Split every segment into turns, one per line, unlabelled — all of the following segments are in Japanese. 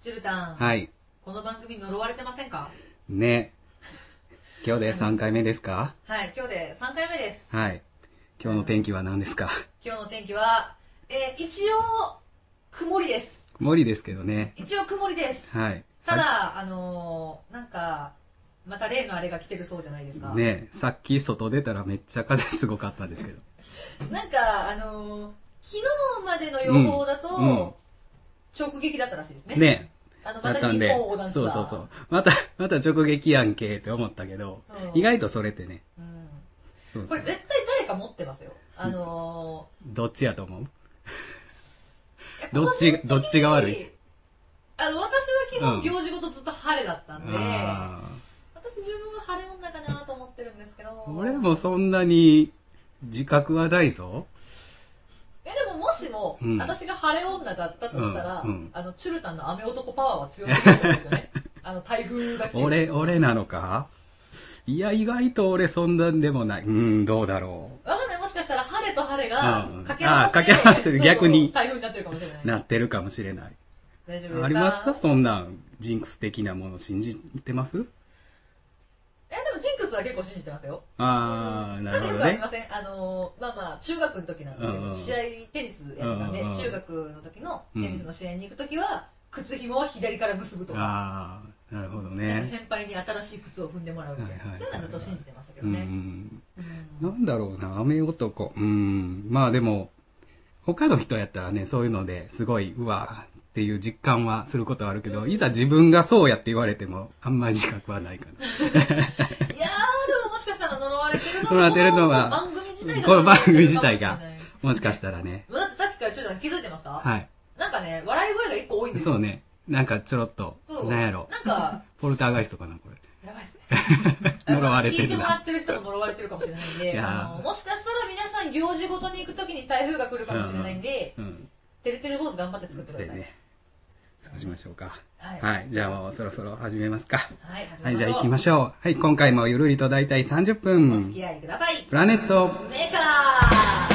ジルタン、
はい。
この番組呪われてませんか
ね。今日で3回目ですか
はい、今日で3回目です。
はい。今日の天気は何ですか
今日の天気は、えー一応、曇りです。
曇りですけどね。
一応曇りです。
はい。
た
さ
だ、あのーなんか、また例のあれが来てるそうじゃないですか。
ねさっき外出たらめっちゃ風すごかったですけど。
なんか、あのー昨日までの予報だと、
うんうん
直撃だったらしいですね。
ね
あの、ま
だった
た
ん
日
で
本横断。した。
そうそうそう。また、また直撃やんけって思ったけど、
そう
意外とそれってね。
うん
そう
こ
そ
れ
う
絶対誰か持ってますよ。あの
どっちやと思う
ーいや
ど
個
っち
人的に
どっちが悪い
あの、私は基
うん
本行事ごとずっと晴れだったんで、
あ
私自分は晴れ女かなと思ってるんですけど。
ー俺もそんなに自覚はないぞ。
え、でももしも、
うん
私が晴れ女だったとしたら、
うんうん
あの、チュルタンの雨男パワーは強すぎると思うんですよ ね。あの、台風だけ。
俺、俺なのかいや、意外と俺そんなんでもない。うん、どうだろ
わかんない。もしかしたら晴れと晴れが
うん
掛け合わさって、
あー掛け合わせる
そうそう
逆に。。
台風になってるかもしれないう
なってるかもしれない。
大丈夫ですか
ありますかそんなん、ジンクス的なもの信じてます
え、でもジンクスは結構信じてますよ。
あー、な
だっ
る
てよ
ほど
くあり
ね。
ませんあのーまあまあ中学の時なんですけど、
うんうん
試合テニスやってたんで、
うんうんうん
中学の時のテニスの試合に行く時は、靴紐は左から結ぶとか
あー、なるほど
なんか
ね。
先輩に新しい靴を踏んでもらうみたいな、
はいはい
そういうのはずっと信じてましたけ
う
どね、
ん。
うん
なんだろうな、雨男。うん。まあでも、他の人やったらね、そういうのですごい、うわーっていう実感はすることはあるけど、いざ自分がそうやって言われても、あんまり自覚はないかな。
いやーでももしかしたら呪われてるの
呪われてるのは
はこの番組自体が
この番組自体が
呪われてるかもしれない
もしかしたらね。
だってさっきからちょっと気づいてますか、
はい。
なんかね笑い声が一個多いんですよ
そうね。なんかちょろっと、
そう
なんやろ。
なんか
ポルターガイストかな、これ。
やばいっすね
呪われてる
聞
な
いてもらってる人も呪われてるかもしれないん
い
で、
や
あ
ー
のもしかしたら皆さん行事ごとに行くときに台風が来るかもしれないんで、
うん。
てるてる坊主頑張って作ってく
つって
ださい。
ね。そうしましょうか。
はい。はい、
はい。じゃあもうそろそろ始めますか。
始めましょう
はい、じゃあ行きましょう。はい、今回もゆるりと大体30
お付
分。
き合いください。
プラネット。
メーカ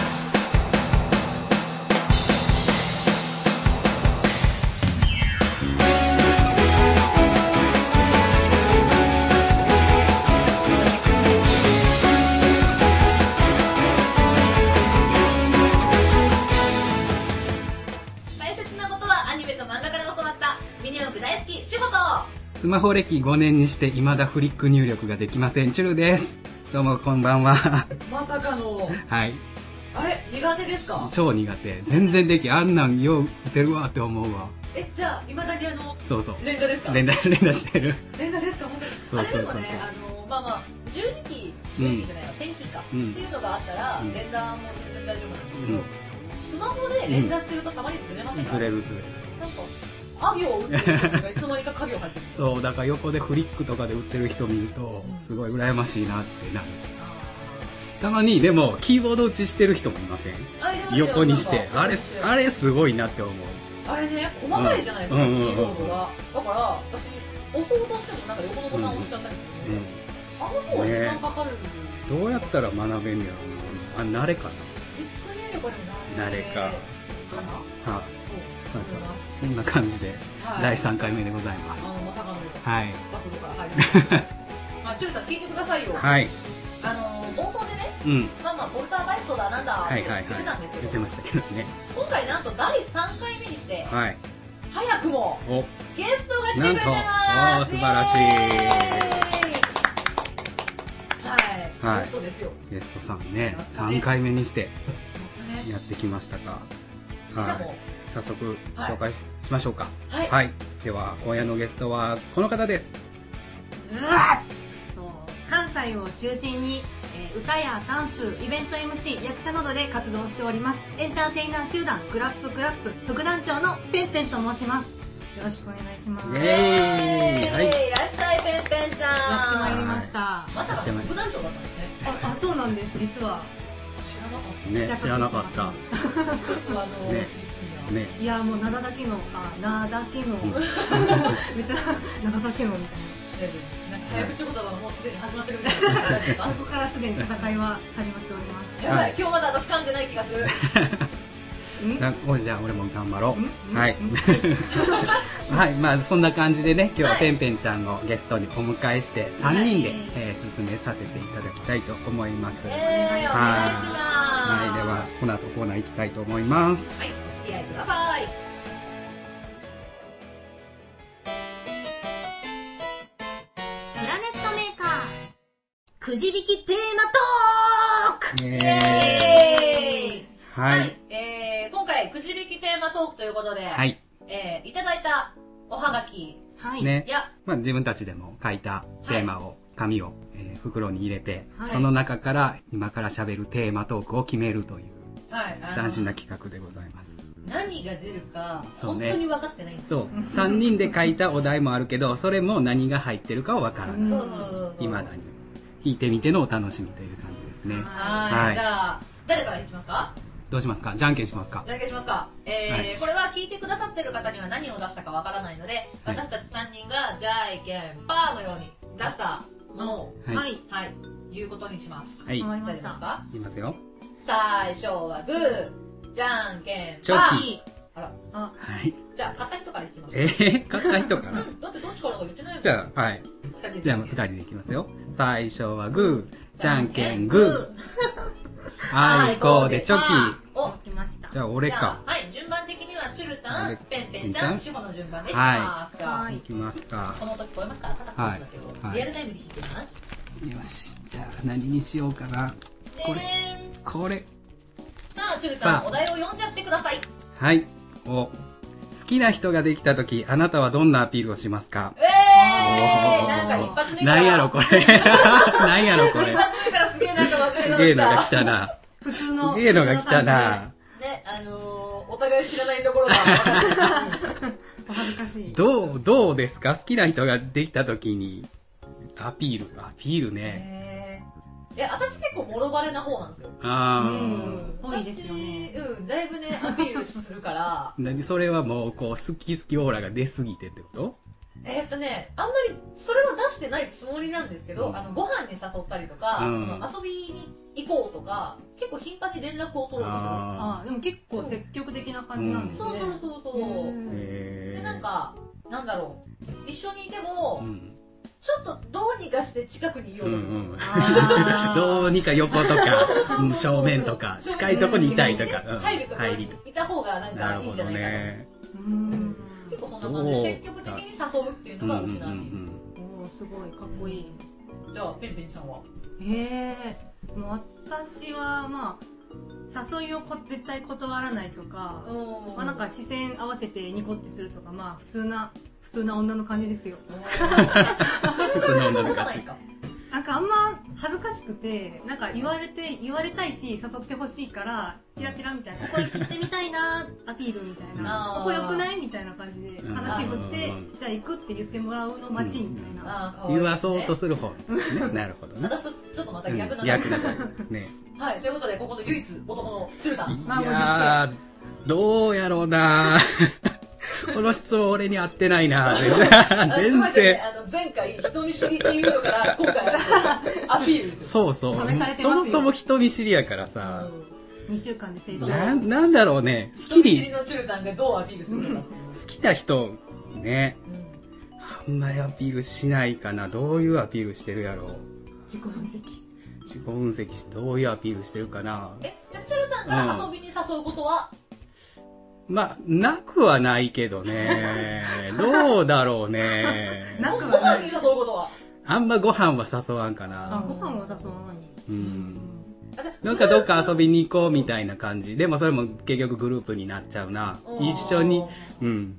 ー大切なことはアニメと漫画から教わったミニ四駆大好き、しほと
スマホ歴5年にして未だフリック入力ができません。チュルです。どうもこんばん は。
まさかの、
はい。
あれ苦手ですか
超苦手。全然できん。あんなんよう打てるわって思うわ。
え、じゃあ、未だにあの、
そうそう。
連打ですか
連打、 連打してる。
連打ですかまさ
そ
か
う
あれ
そう
で
そう
もねあのまあまあ十字キー十字キーじゃないわ、天気か、
うん
っていうのがあったら、
うん
連打も全然大丈夫なんだけ
う
ど、
ん
スマホで連打してるとたまにずれませんか、
ずれるずれる。
なんかあ行を打ってる人がいつの間にか影を入ってる
そう、だから横でフリックとかで打ってる人見ると、すごい羨ましいなってなる。たまに、でも、キーボード打ちしてる人もいません
あーあ
横にして。あれ、すあ
れ
れすごいなって思う。
あれね細かいじゃないですか、
うん
キーボードが、だから私押そうとしてもなんか横のボタンを押しちゃったりするので、
う
あの方が時間かかる、
ん。どうやったら学べんのやろうな。あ、慣れか
びっくり入力に
な。
な
慣
る
れか。
かな
は
と
なん
思い
か
ます
そんな感じで、
はい
第3回目でございま
あ
す
の。まさかの
はい。
暴露から入りました。まあ、ちゅうたん聞いてくださいよ。
はい。
あのー冒頭でね、
うん。
まあまあ、ボルターバイストだなんだっ
はい
て
はい
言って
は
たんで
い
す。け
言っ
ど、
てましたけどね。
今回なんと第3回目にして、
はい。
早くも
お、
ゲストが来てくれて
なんとお
ま
ー
す
素晴らしい
イエーイはい、
はい
ゲストですよ。
ゲストさんね、3回目にして
ね、じ
やってきましたか。
ゃあ
は
も
い。早速、紹介ししましょうか。
う、はい。
はい。では、今夜のゲストは、この方です。
うわ
関西を中心に、えー歌やダンスイベント MC 役者などで活動しておりますエンターテイナー集団グラップグラップ副団長のペンペンと申しますよろしくお願いします、
イ
っ
エーイはい
いらっしゃい、ペンペンち
やってまい
ゃん。
りましたあ
まさかの副団長だったんですね。
あそうなんです実は
知らなかっ
ね、知らなかっ
知ら
た
なか。
た。ちょっとあのー
ねね。
いやもう名だだけのあ名だけ のめっちゃ名だだけのみたいな
なんか早口言葉がもうすでに始まってるみたいな感じですか
ここからすでに戦いは始まっております
やばい、今日まだ私噛んでない気がする。
ん
なおじゃあ俺も頑張ろ
ん
うはいはいまあそんな感じでね今日はぺんぺんちゃんをゲストにお迎えして3人で、
はい
えー進めさせていただきたいと思います、
えー、お願いします
はい、ではこの後コーナー行きたいと思います
はいお付き合いください
プラネットメーカーくじ引きテーマトーク
イエーイ
え
は
はい
い、
えー今回くじ引きテーマトークということで、
はいい
えーいただいたおはがき
はい、
ね
や
まあ、自分たちでも書いたテーマを、紙を、えー袋に入れて、
はい
その中から今から喋るテーマトークを決めるという
はい、あの
斬新な企画でございます。
何が出るか
そう
本
ね
当に分かってないんですよ
そう。3人で書いたお題もあるけど、それも何が入ってるかはわから
う
なんい。
そうそうそうそう
未だに。弾いてみてのお楽しみという感じですね。
はい
はい
じゃあ誰からいきますか
どうしますかじゃんけんしますか
じゃあいきますか、えー
はい
これは聞いてくださってる方には何を出したかわからないので、私たち3人がじゃいけんパーのように出したものを
はい。
は
はい。
い
はい言うことにします
はい。
わか
い
りま
大
し
丈夫です
た
か
きますよ。
最初はグーじゃんけん
チ
パ
ョ
ー
キ。
あら
あ
はい。
じゃあ買った人からいきます
えー、買った人かな
うん、だってどっちからか言ってないもん
じゃあ、はい。
二人で
じゃあ、二人でいきますよ。最初はグー、じゃんけんグー、あいこでチョキ。
お
書きました
じゃあ、俺か。
じゃあはい順番的にはチュルタン
俺
ペンペン
ペン
ち
ち
ゃ
ゃ
ん
ん
志保の順番でいき
はい
ますじゃあ
はい
いきますか。
この時超えますからパサパサいきますけど、
はい
リアルタイムで引いてみます
よし。じゃあ、何にしようかな。
で
こ
ー
れ
ん
これ。
さあチュルタ
さ
ン
あ
お題を読んじゃってください
はい。お。好きな人ができたとき、あなたはどんなアピールをしますか
ええー、
おー
なんか一発目から
なんやろ、これ。 なんやろ、こ
一
れ。
発目からすげえなんか真面
すげ
目
えの
なの
が
が来
来
た
たな。
普通の
すげえのが来たな。
ねあのー、お互い知らないところ が分かる
お恥ずかしい
どう、どうですか好きな人ができたときに、アピール。アピールね。
えーいや私結構もろバレな方なんですよ
あー。
うんぽいですよね
私うんだいぶねアピールするから
何それはもうこう好き好きオーラが出すぎてってこと
えーっとねあんまりそれは出してないつもりなんですけど、あのご飯に誘ったりとか、
うん
その遊びに行こうとか結構頻繁に連絡を取ろうとする
あ
あでも結構積極的な感じなんですね
そうそうそうそう、
ー
ん
へ
で
ー
なんかなんだろう一緒にいても、
うん
ちょっとどうにかして近くにいよ
う
うん
う
とする、
ん
あ ー
どうにか横と かうん正面とか
そうそう
近いとこにいたいとか
そう
うん
入るところ
入り
にいた方がなん
な
かい
る
いん
ほ
じ
ど
ゃないかな、
ね
うーん
結構そんな感じで
どう
積極的に誘うっていうのがうちのアピール、
おーすごいかっこいい
じゃあペンペンちゃんは
ええもう私はまあ誘いをこ絶対断らないとか、
うん
まあ、なんか視線合わせてニコってするとかまあ普通な普通な女の感じですよ
自分から誘うことないですか
なんかあんま恥ずかしくてなんか言われて言われたいし誘ってほしいからチラチラみたいなここ行ってみたい なアピールみたいな
あー
ここ良くないみたいな感じで話振って
うん
じゃあ行くって言ってもらうの待ちみたいな
あー可愛いで
言
すね
わそうとす る方ですねなるほどね
私とちょっとまた逆な
うん
だけ
ん逆
ど
だからね
はいということでここの唯一男のチュルタン
い
満を持して
やーどうやろうな この質問俺に合ってないな全
あすいません
然
ねあの前回人見知りっていうのから今回 アピールです
そうそう
試されてます
そ
よ
もそも人見知りやからさ、
2週間で成長
ななんだろうね好き
人見知り
に
のチュルタンがどうアピールするのかっていう
好きな人ね
うん
あんまりアピールしないかなどういうアピールしてるやろう
自己分析
自己分析してどういうアピールしてるかな
えじゃあチュルタンから遊びに誘うことは
まあなくはないけど ねどうだろうね
な
ご
くは
飯に誘うことは
あんまご飯は誘わんか
あ
な
ご飯を誘わない
うん
あじゃあ
なんかどっか遊びに行こうみたいな感じでもそれも結局グループになっちゃうな
うん
一緒にうん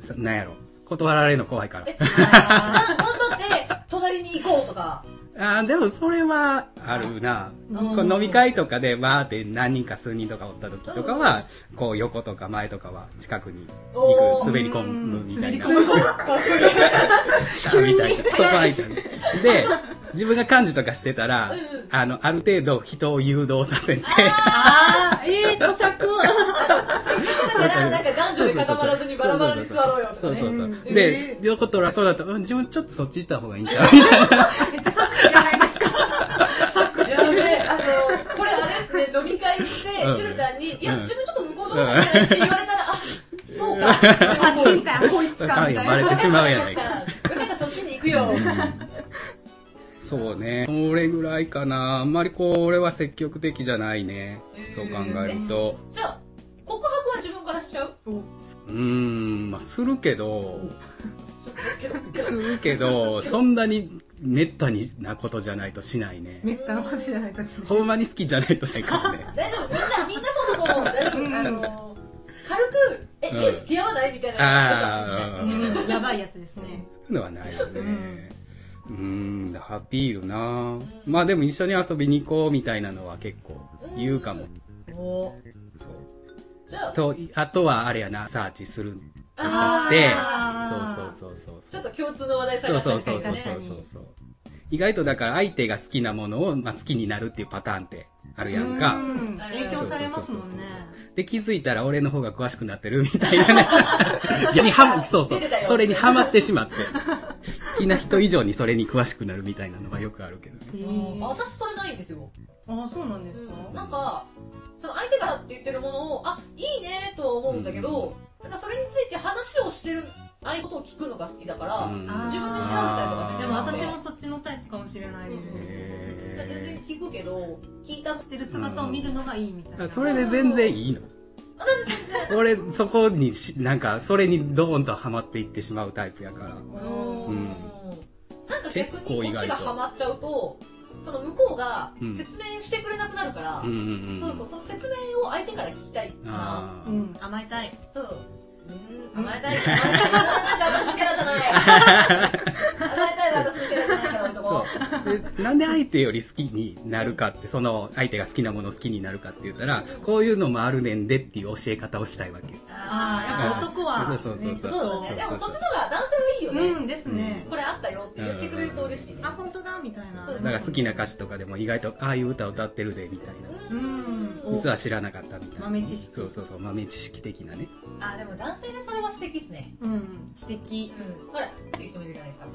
そなんやろ断られるの怖いから
え頑張って隣に行こうと か
あーでもそれはあるな。
うん
こう飲み会とかでバーって何人か数人とかおった時とかは、こう横とか前とかは近くに行
おー
く、滑り込むみたいな。
うん滑り込む
かっこい
シャーみたい な。ソファーみたいな。で、自分が幹事とかしてたら、
うん
あの、ある程度人を誘導させて、
ああええー、咀 嚼。
いだからなんか男女で固まらずにバラバラに座ろうよとか
そう
ね
そうそううんで
え、
横とらそうだと、うん自分ちょっとそっち行った方がいいんちゃうみたいな。
めっちゃサックスじゃないですかサックス
やべえあのこれあれですね飲み会して
うん
チュルタンに「いや
うん
自分ちょっと向こうのままだって言われたら、あ、そうか。
発信かこいつ
あか
か
ん
み
よ
たい
バレ
な
てしまうやないか。
だからそっちに行くよ。
そうね。それぐらいかな。あんまりこう、俺は積極的じゃないね。そう考えると。
じゃあ、告白は自分からしちゃう
うーん、まあ、するけど、
そけどけど
するけど、そんなに滅多になことじゃないとしないね。
めったのかしらない私
ほんまに好きじゃないとしないか らね。
大丈夫みんなみんなそうだと思う大丈
うん
夫あの軽く「え
うん
手付き合わない?」みたいなことは信じない
あー
やばいやつですね
そういうのはないよね。うーん、アピールな
うん
まあでも一緒に遊びに行こうみたいなのは結構言うかも。
お
そう。
じゃあ
と、あとはあれやな、サーチする。
あー
して
あー
そうそうそうそう。
ちょっと共通の話題
そ
探
う
し
そ
た
う
りと
そ
か
うそう
ね
そうそうそう。意外とだから相手が好きなものを、まあ、好きになるっていうパターンってあるやん
う
か。
ん影響されますもんね
で、気づいたら俺の方が詳しくなってるみたいなね。 逆にハマ、そうそう
出てた。よ
それにハマってしまって。好きな人以上にそれに詳しくなるみたいなのはよくあるけどね。
へ
うん
ー
あ私それないんですよ
あそうなんですか
うんなんかその相手がって言ってるものをあいいねとは思うんだけどなんかそれについて話をしてるああいうことを聞くのが好きだから
う
だ
ん
あー
自分で調べたりとか
でも私もそっちのタイプかもしれないです
へ
から全然聞くけど聞いた
してる姿を見るのがいいみたいな
それで全然いいの
私全然
俺そこにしなんかそれにドーンとハマっていってしまうタイプやから
うん
ん
なんか逆にこっちがハマっちゃうとその向こうが説明してくれなくなるから、
うんうん
そうそうその説明を相手から聞きたいな
あ
う
ー
ん甘えたい
そううん甘えたい甘えたいなんか私のキャラじゃない甘えたいは私のキャラじゃないから
そ
男
うでなんで相手より好きになるかってその相手が好きなものを好きになるかって言ったら
うん
こういうのもあるねんでっていう教え方をしたいわけ
ああやっぱ
あ
男はね
そうそうそう
ーそ
ぱ
うだね
そ
で
うそ
も
う
そ
そ
っ
う
ちの方が男性はいいよね、
うんですね
これあったよって言ってくれると嬉しいね、
あ本当だみたいな
そう
だから好きな歌詞とかでも意外とああいう歌歌ってるでみたいな
う
うんんお
実は知らなかったみたいな
豆知識
そうそうそう豆知識的なね
あでも男性でそれは素敵ですね
うん知
う
的
んほらっていう人もいるじゃないですか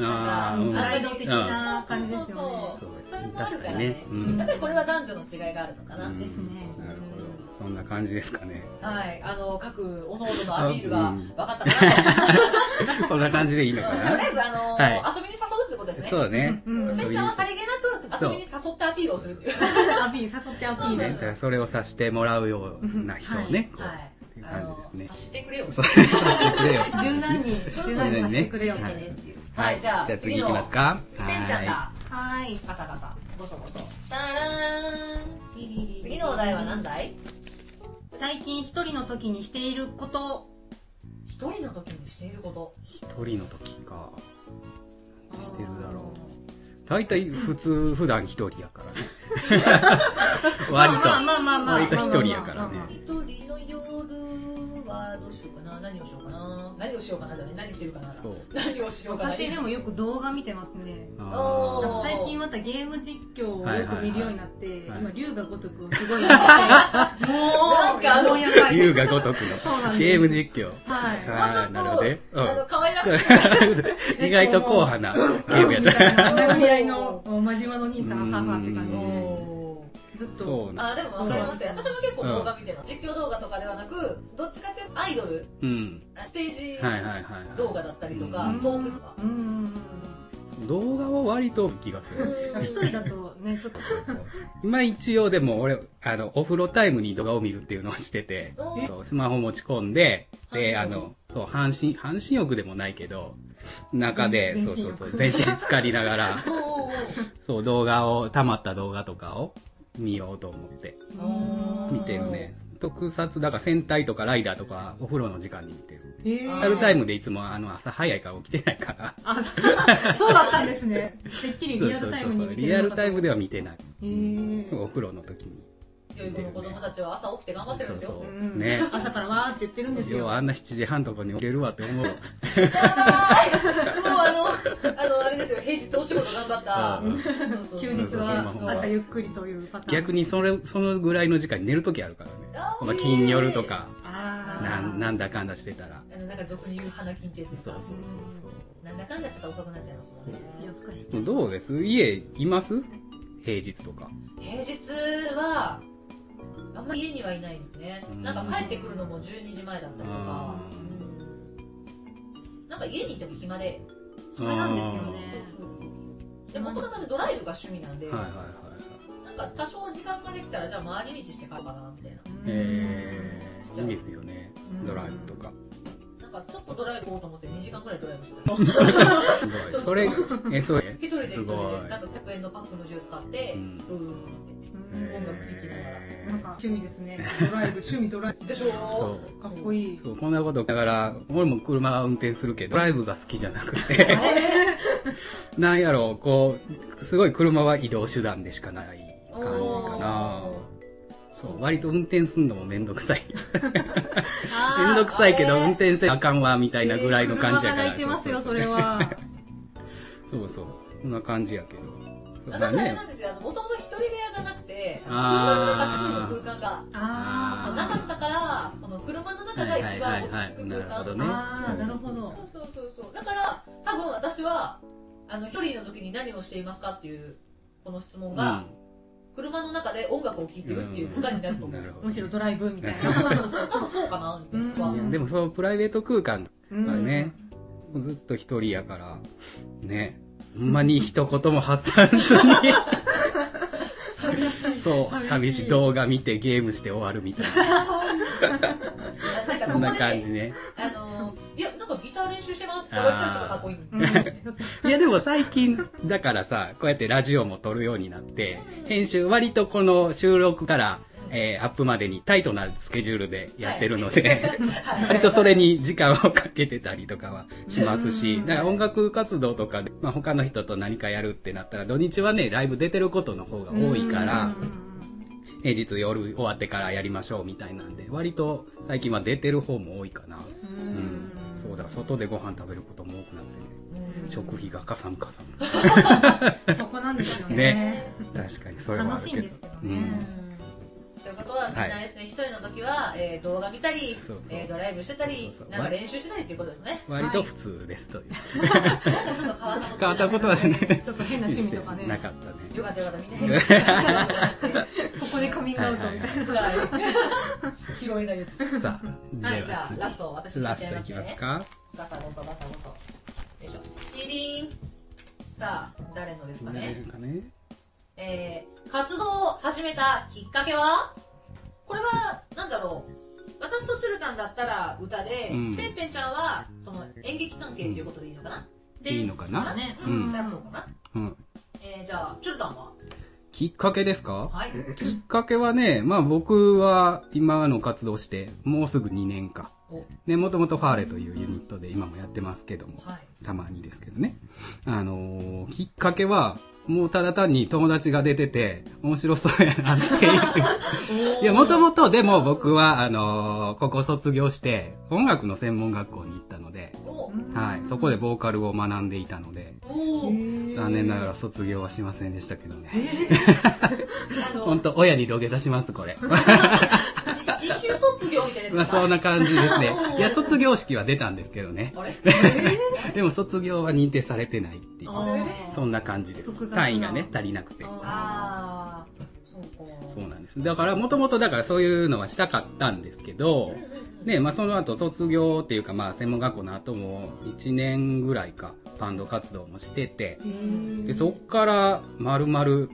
ああ
なん
う
か
ん
あ
ガイド的な感じですよね
そう
それもあるか
確からに
ね
ね、う
やっ
ん
ぱりこれは男女の違いがあるのかな、
うん
ですね
なるほどそんな感じですかね
はいあの各おのおののアピールが
うん
分かったかなと、
こんな感じでいいのか
うんとり
な
あえずあの、
は
遊びに誘うってことですね
そうだね
うんうん
うん
そ
せ
うい
っ
う
ちゃんはさりげなく遊びに誘ってアピールをするっていう
アピール誘ってアピ
そう
ー
だ
だ
ル
からそれをさしてもらうような人をね、こう
はい
っていう
あ
感
の
じですね
察してくれよ
そうさしてくれよ
柔軟に柔軟にさせてくれよ
見
は
て
い
ねっていうはい、じゃあ
じゃあ次
次
行
の
きますか
ペンちゃん
は
だ
はい
カサカサボソボソタラーン次のお題は何だい
最近一人の時にしていること
一人の時にしていること
い一人の時かしてるだろう大体普通普段一人やからね 割と
まあまあまあまあ
割と一人やからね
一人の夜はどうしようかな何をしようかな何をしようかなじゃない何してるかな
そう
何をしようかな
私でもよく動画見てますね
あ
おー
ー
最近またゲーム実況をよく見るようになって、
はい
今龍が如くをすごい見ててもうなん
かあの
やばい
龍が如く
そうな
の
んです
ゲーム実況
は
あ
い
もうちょっ
ー
と、
なるほどねうん
あの可愛らしい
意外と硬派なゲームやった
殴り合いの真島の兄さんははって感じ
うん
で
お
ずっと
そうね
あでも分かりますよ私も結構動画見てます、実況動画とかではなくどっちかっていうとアイドル
うん
あステージ
はいはいはいはい
動画だったりとか、
う
トークとか、
うんうん
動画は割と気がする
うん一人だとねちょっと
そう今一応でも俺あのお風呂タイムに動画を見るっていうのをしてて
おー
そうスマホ持ち込んでであ
半身浴
のそう半身半身浴でもないけど中で
全
そう
身
そうそう
全
全身浸かりなが
お
ら
ー
そう動画を溜まった動画とかを見ようと思って
うん
見てるね特撮だから戦隊とかライダーとかお風呂の時間に見てる
えー
あ
リアルタイムでいつもあの朝早いから起きてないから
あそう そうだったんですねてっきりリアルタイムに見て
リア
る
ル
のかと
タイムでは見てない
へー
お風呂の時に
良い子の子供たちは朝起きて頑張ってるんですよ
そう
うん
ね
朝からわーって言ってるんです
要
よ
はあんな7時半とかに起きれるわって思 う
もうあのあのあれですよ平日お仕事頑張った、そうそう
休日は朝ゆっくりというパターン
逆にそれそのぐらいの時間に寝る時あるからね
あー
まあ金夜とか
あー
なんなんだかんだしてたら
あのなんか俗に言う花金ってやつです
そう
か
そうそう
なんだかんだしてたら遅くなっちゃいますもんね
夜更かしち
そ
ゃ
う
います
どうです家います平日とか
平日はあんまり家にはいないですね
うん
なんか帰ってくるのも12時前だったりとか
う
うんなんか家にいても暇で
それなんですよね
でもともと私ドライブが趣味なんで、
はいはいはい
なんか多少時間ができたらじゃあ回り道して帰ろうかなみたいな
え
うん
ー、いいですよね
うん
ドライブとか
なんかちょっとドライブ行こうと思って2時間ぐらいドライブしてた
すごいそれえそう
一人で一
す
人で
ごい
なんか100円のパックのジュース買ってう
うん
ー
ん
ん
うん
音楽聴きながら
え
なんか趣味ですねドライブ趣味ドライ
っ
ブ
てでしょ
そう
かっこいい
そうこんなことだから俺も車運転するけどドライブが好きじゃなくて
あれ
なんやろう、こう、すごい車は移動手段でしかない 感じかな
お。
そう、割と運転すんのもめんどくさい。めん
あ
どくさいけど
あれ
運転せなあかんわ、みたいなぐらいの感じやから。
いてますよそれは
そうそう。こんな感じやけど。そうだ
私あれ
ね
な。んですよもともと一人部屋がなくて車
あ
の
ー
中一人の空間が
あー
なかったからその車の中が一番落ち着く空
はいはいはいはいなるほど
間
ね
あーなるほど
そうそうそうそうだから多分私はあの一人の時に何をしていますかっていうこの質問が、車の中で音楽を聴いてるっていう答えになると
うん
思う、
なるほど
むしろドライブみたい
そう
な
そう そう多分そうかなみたいなのは、
う
い
ん
やでもそのプライベート空間、
う ん
まあねずっと一人やから、ね。ほんまに一言も発散 ずに、
寂しい
そう、寂しい動画見てゲームして終わるみたい
な
な、
んか
そ
こ
ん
こ
な
で
感じね。
あのいやなんかギター練習してますって言われたらちょっとかっこいい
うんちょっと
いやでも最近、だからさ、こうやってラジオも撮るようになって、編集、割とこの収録から、えーアップまでにタイトなスケジュールでやってるので、
はい
割とそれに時間をかけてたりとかはします
う
し
ん、
だから音楽活動とかで、まあ、他の人と何かやるってなったら、土日はね、ライブ出てることの方が多いから、平日夜終わってからやりましょうみたいなんで、割と最近は出てる方も多いかな。
う
うんん。そうだから外でご飯食べることも多くなってね、
うん
食費がかさんかさん。
そこなんですよね
ね確かにそれはあ
楽
る
し
けど
いんですけどね、
うん
ということはみんなですね、一人の時は、えー動画見たり
そうそう
えードライブしてたり
そうそう
なんか練習してたりっていうことですね
割と普通ですという、
なんかちょっと変わったこと
変わったことはね
ちょっと変な趣味とかね
なかったね
よかったよかったみんな変なこと ない
ここでカミングアウトみたいな、
拾えないやつ
さあ、
はい
で
じゃ
は
あラスト私
次
や
ラ
っちゃいま
ストい
す
きます
ね
か
ガサゴソガサゴソよいしょディリーンさあ誰のですかね、
なんかね
えー活動を始めたきっかけはこれはなんだろう私とつるたんだったら歌で、
うん
ぺんぺんちゃんはその演劇関係っていうことでいいのかな、
いいのかな
ね
う
うんん
そりゃそうかな、
うん
えーじゃあつるたんは
きっかけですか
はい
きっかけはね、まあ僕は今の活動して、もうすぐ2年か。
お
ね、もともとファーレというユニットで今もやってますけども、
はい
たまにですけどね。あのーきっかけは、もうただ単に友達が出てて、面白そうやなっていう。いや、もともとでも僕は、あのーここ卒業して、音楽の専門学校に行ったので、
お
はい、そこでボーカルを学んでいたので、
おー
残念ながら卒業はしませんでしたけどね。
あの
ほんと、親に土下座します、これ。
じ自習卒業みたいな
ま
や
あ、
つか
そんな感じですね。いや、卒業式は出たんですけどね。
あ れ
でも、卒業は認定されてないっていう、
あ
そんな感じで
複
す。
雑な
単位がね、足りなくて。
ああそうか
そうなんです。だから、もともとだからそういうのはしたかったんですけど、
うんうんうん
ねまあ、その後卒業っていうか、まあ、専門学校の後も1年ぐらいかバンド活動もしてて
ー
でそっから丸々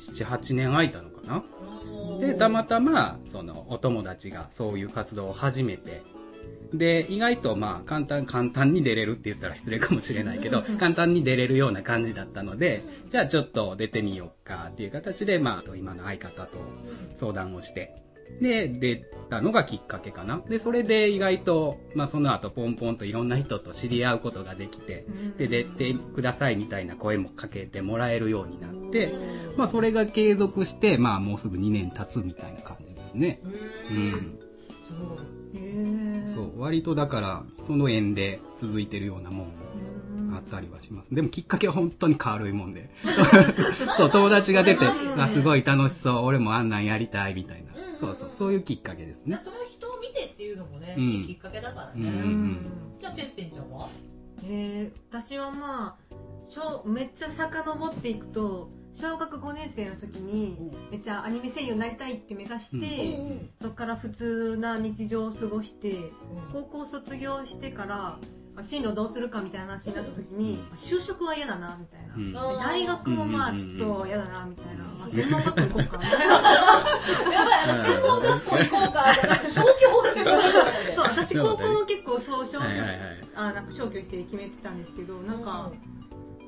78年空いたのかな
おー
でたまたまそのお友達がそういう活動を始めてで意外とまあ簡単簡単に出れるって言ったら失礼かもしれないけど簡単に出れるような感じだったのでじゃあちょっと出てみようかっていう形で、まあ、今の相方と相談をして、で、出たのがきっかけかな。で、それで意外と、まあその後ポンポンといろんな人と知り合うことができて、で、出てくださいみたいな声もかけてもらえるようになって、まあそれが継続して、まあもうすぐ2年経つみたいな感じですね。
へ
う
ー
ん。
すごい
そ、
そう
割とだから人の縁で続いてるようなもんあったりはします。でもきっかけは本当に軽いもんで。そう、友達が出て、あ、すごい楽しそう、俺もあんなんやりたいみたいな
うんうんうん。
そうそう、そういうきっかけです
で
ね。
それは人を見てっていうのもね、
うん
いいきっかけだからね、
うん
じゃあペンペンちゃんは
えー私はまあ小めっちゃ遡っていくと小学5年生の時にめっちゃアニメ声優になりたいって目指して、
うん
うん
そこから普通な日常を過ごして高校卒業してからあ進路どうするかみたいな話になった時に
うん
あ就職は嫌だなみたいな、
うん
あー
大学もまあ
うんう
ち
んうん
ょっと嫌だなみたいな、まあ、専門学校行こうかみたい な
やばい、あの、専門学校行こうか、じゃなくて、消去法で専門学校だったんで。
そう私高校も結構そう消去、
はいはいはい
あなんか消去して決めてたんですけどなんか、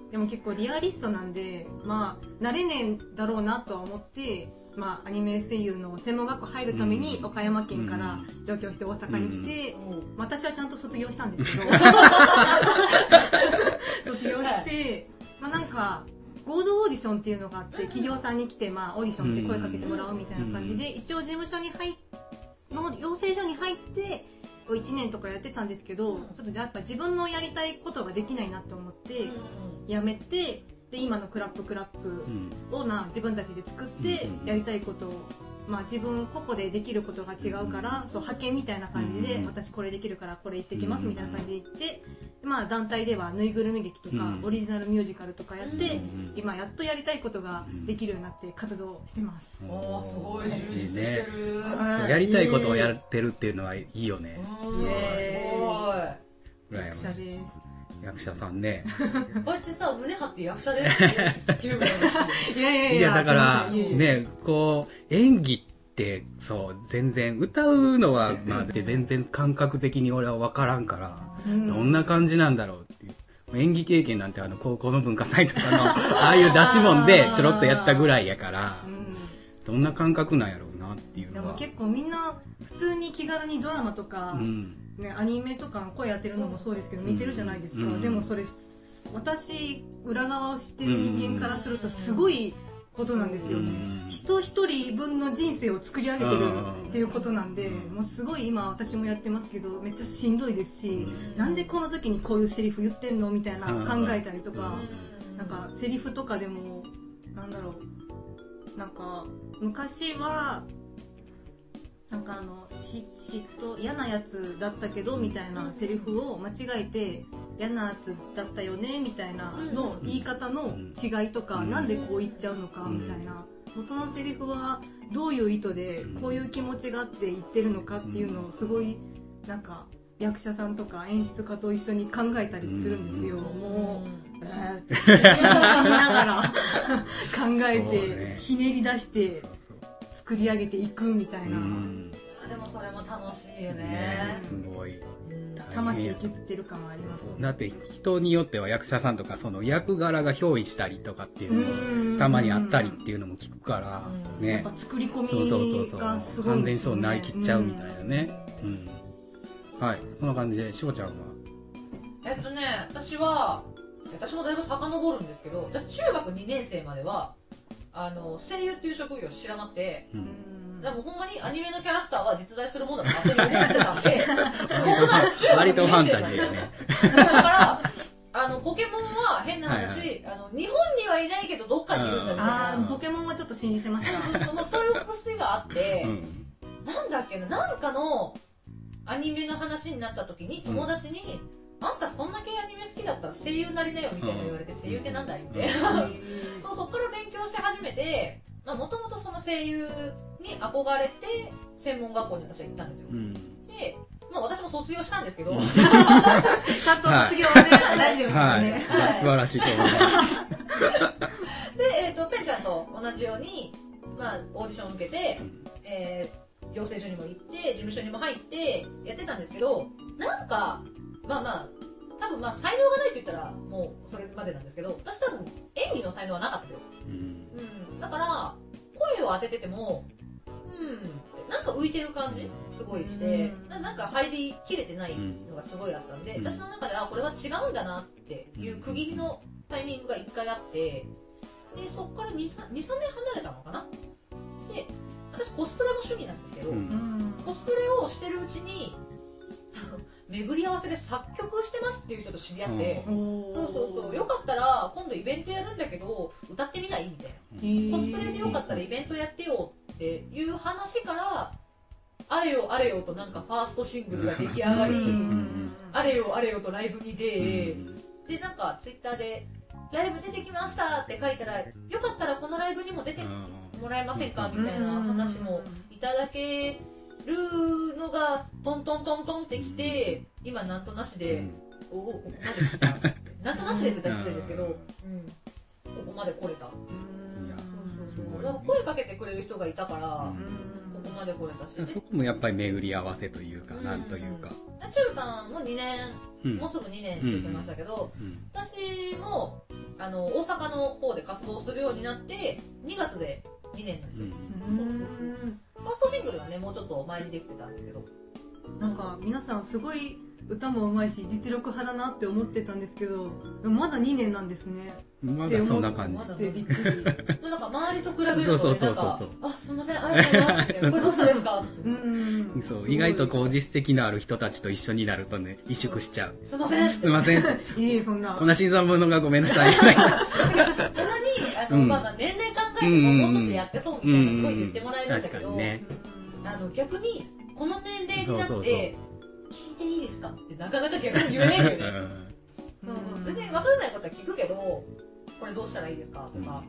う
でも結構リアリストなんでまあ慣れねえんだろうなとは思って、まあ、アニメ声優の専門学校入るために
うん
岡山県から上京して大阪に来て、
ん
まあ私はちゃんと卒業したんですけど卒業して、まあ、なんか合同オーディションっていうのがあって企業さんに来て、まあ、オーディションして声かけてもらうみたいな感じで一応事務所に入っの養成所に入って1年とかやってたんですけど
うん
ちょっとやっぱ自分のやりたいことができないなと思って
うん
辞めてで今のクラップクラップ
うん
をまあ自分たちで作って
うんうん
やりたいことを、まあ、自分個々でできることが違うから、そう派遣みたいな感じで、
うんうん
私これできるからこれ行ってきます
うんう
み
ん
たいな感じで行って、まあ、団体ではぬいぐるみ劇と
う
か、
ん
オリジナルミュージカルとかやって、
うん
うん
今やっとやりたいことができるようになって活動してます、
うん
おーすごい充実してる。
ね
そうやりたいことをやってるっていうのはいいよね。
うん、すごい。
羨ま
役者で
し
す
い。役者さんね。
こうやってさ、胸張って役者で好きなのし。
いやいやいや
いや、だから、
すいません
ね、こう、演技って、そう、全然、歌うのは、まあ、で全然感覚的に俺は分からんから、
うん
どんな感じなんだろうっていう。演技経験なんて、あの、高校の文化祭とか の、ああいう出し物でちょろっとやったぐらいやから
う、ん
どんな感覚なんやろうなっていう
で
の
も
は。
結構みんな普通に気軽にドラマとか、
うん。
ね、アニメとかの声当てるのもそうですけど、
うん
見てるじゃないですか、
うん
でもそれ私裏側を知ってる人間からするとすごいことなんですよ、
うん
人一人分の人生を作り上げてるっていうことなんで、
うん
もうすごい今私もやってますけどめっちゃしんどいですし、
うん
なんでこの時にこういうセリフ言ってんのみたいな
うん
考えたりとか、
うん
なんかセリフとかでもなんだろうなんか昔はなんかあのし嫉妬嫌なやつだったけどみたいなセリフを間違えて嫌なやつだったよねみたいなの
うん
言い方の違いとか、
うん
なんでこう言っちゃうのかみたいな、元のセリフはどういう意図で
うん
こういう気持ちがあって言ってるのかっていうのをすごいなんか役者さんとか演出家と一緒に考えたりするんですよ、もうえーって 仕事しながら考え
そう
て、
ね
ひねり出し
そう
て
そう
作り上げていくみたいうな、
ん。
でもそれも楽しいよ
ね
ね。
すごい。
魂削ってる感はありますね
だって人によっては役者さんとかその役柄が憑依したりとかっていううのも
ん
たまにあったりっていうのも聞くから
うん
やっ
ね
ぱ作り込みがすご
そ
いん
う
です
そう
よね、
そうそう完全にそうなりきっちゃうみたいなねうんはいそんな感じでしおちゃんは
えっとね、私は、私もだいぶ遡るんですけど、私中学2年生までは、あの、声優っていう職業知らなくて、
う
うん
ん
でもほんまにアニメのキャラクターは実在するもんだと勝手に思ってたん で、すごくない中学
割
2
とファ
年生
ン
ま
タ
で
ジーよね
だから、あの、ポケモンは変な話、
は
あの、日本にはいないけどどっかにいるんだみたい
あ
な。
あポケモンはちょっと信じてまし
そう
た
そうそうまあそういう癖があって、
うん
なんだっけな、なんかのアニメの話になった時に友達に、あんたそんだけアニメ好きだったら声優になりなよみたいな言われて、声優ってなんだいって。そうそっから勉強し始めて、まあ、もともとその声優に憧れて専門学校に私は行ったんですよ、
うん
で、まあ、私も卒業したんですけど、
うん
ちゃんと卒業はね、大丈夫ですよ
はい
ね、
すば素晴らしいと思い ます
で、えー、とペンちゃんと同じように、まあ、オーディションを受けて、えー養成所にも行って事務所にも入ってやってたんですけどなんかまあまあ多分まあ才能がないって言ったらもうそれまでなんですけど私多分演技の才能はなかったんですよ、
うん
うん、だから声を当てててもうんなんか浮いてる感じすごいして
うん
ななんか入りきれてないのがすごいあったんで、
うん
私の中ではこれは違うんだなっていう区切りのタイミングが1回あってでそこから23年離れたのかなで私コスプレも趣味なんですけど、
うん
うん
コスプレをしてるうちにその巡り合わせで作曲してますっていう人と知り合って、
お
そう
ー
そうそうよかったら今度イベントやるんだけど歌ってみないみたいな。
へー
コスプレでよかったらイベントやってよっていう話からあれよあれよとなんかファーストシングルが出来上がり
うん
あれよあれよとライブに出、でなんかツイッターでライブ出てきましたって書いたら、よかったらこのライブにも出てもらえませんかみたいな話もいただけるのが、トントントントンってきて、今なんとなしで、おお、ここまで来た。なんとなしでって言ったら失礼ですけど、うん。ここまで来れた。
いや
そう
す
そう
ごいね
だから声かけてくれる人がいたから、
うん
ここまで来れたし。
うんそこもやっぱり巡り合わせというか、
うん
なんというか。
ナチュルタンも2年、
うん
もうすぐ2年って言ってましたけど、
うん
私もあの大阪の方で活動するようになって2月で2年なんです
う
よ、
ん
うん
ファーストシングルはねもうちょっと前にできてたんですけど
なんか皆さんすごい歌もうまいし実力派だなって思ってたんですけどでもまだ2年なんですね
まだそんな感じ
ま。だ
ってびっくり
なんか周りと比べると、ね、
そうそうそ
な
うそう
んかあすいませんありがとうございます」って「これどうしたらいいですか?」
うんうんうん
そ
す
う、
ごい
意外とこう実績のある人たちと一緒になるとね、萎縮しちゃう。
すいません」って
すいません。
いえそんな
こんな新参者がごめんなさい。
たまにあの、
うん
まあまあ年齢考えてももうちょっとやってそうみたいなすごい言ってもらえるんだ
確
け
か
ど、
にね。
あの逆にこの年齢になって
そうそうそう
聞いていいですか?」ってなかなか逆に言えないんだよねそうそう全然分からないことは聞くけどこれどうしたらいいですかとか、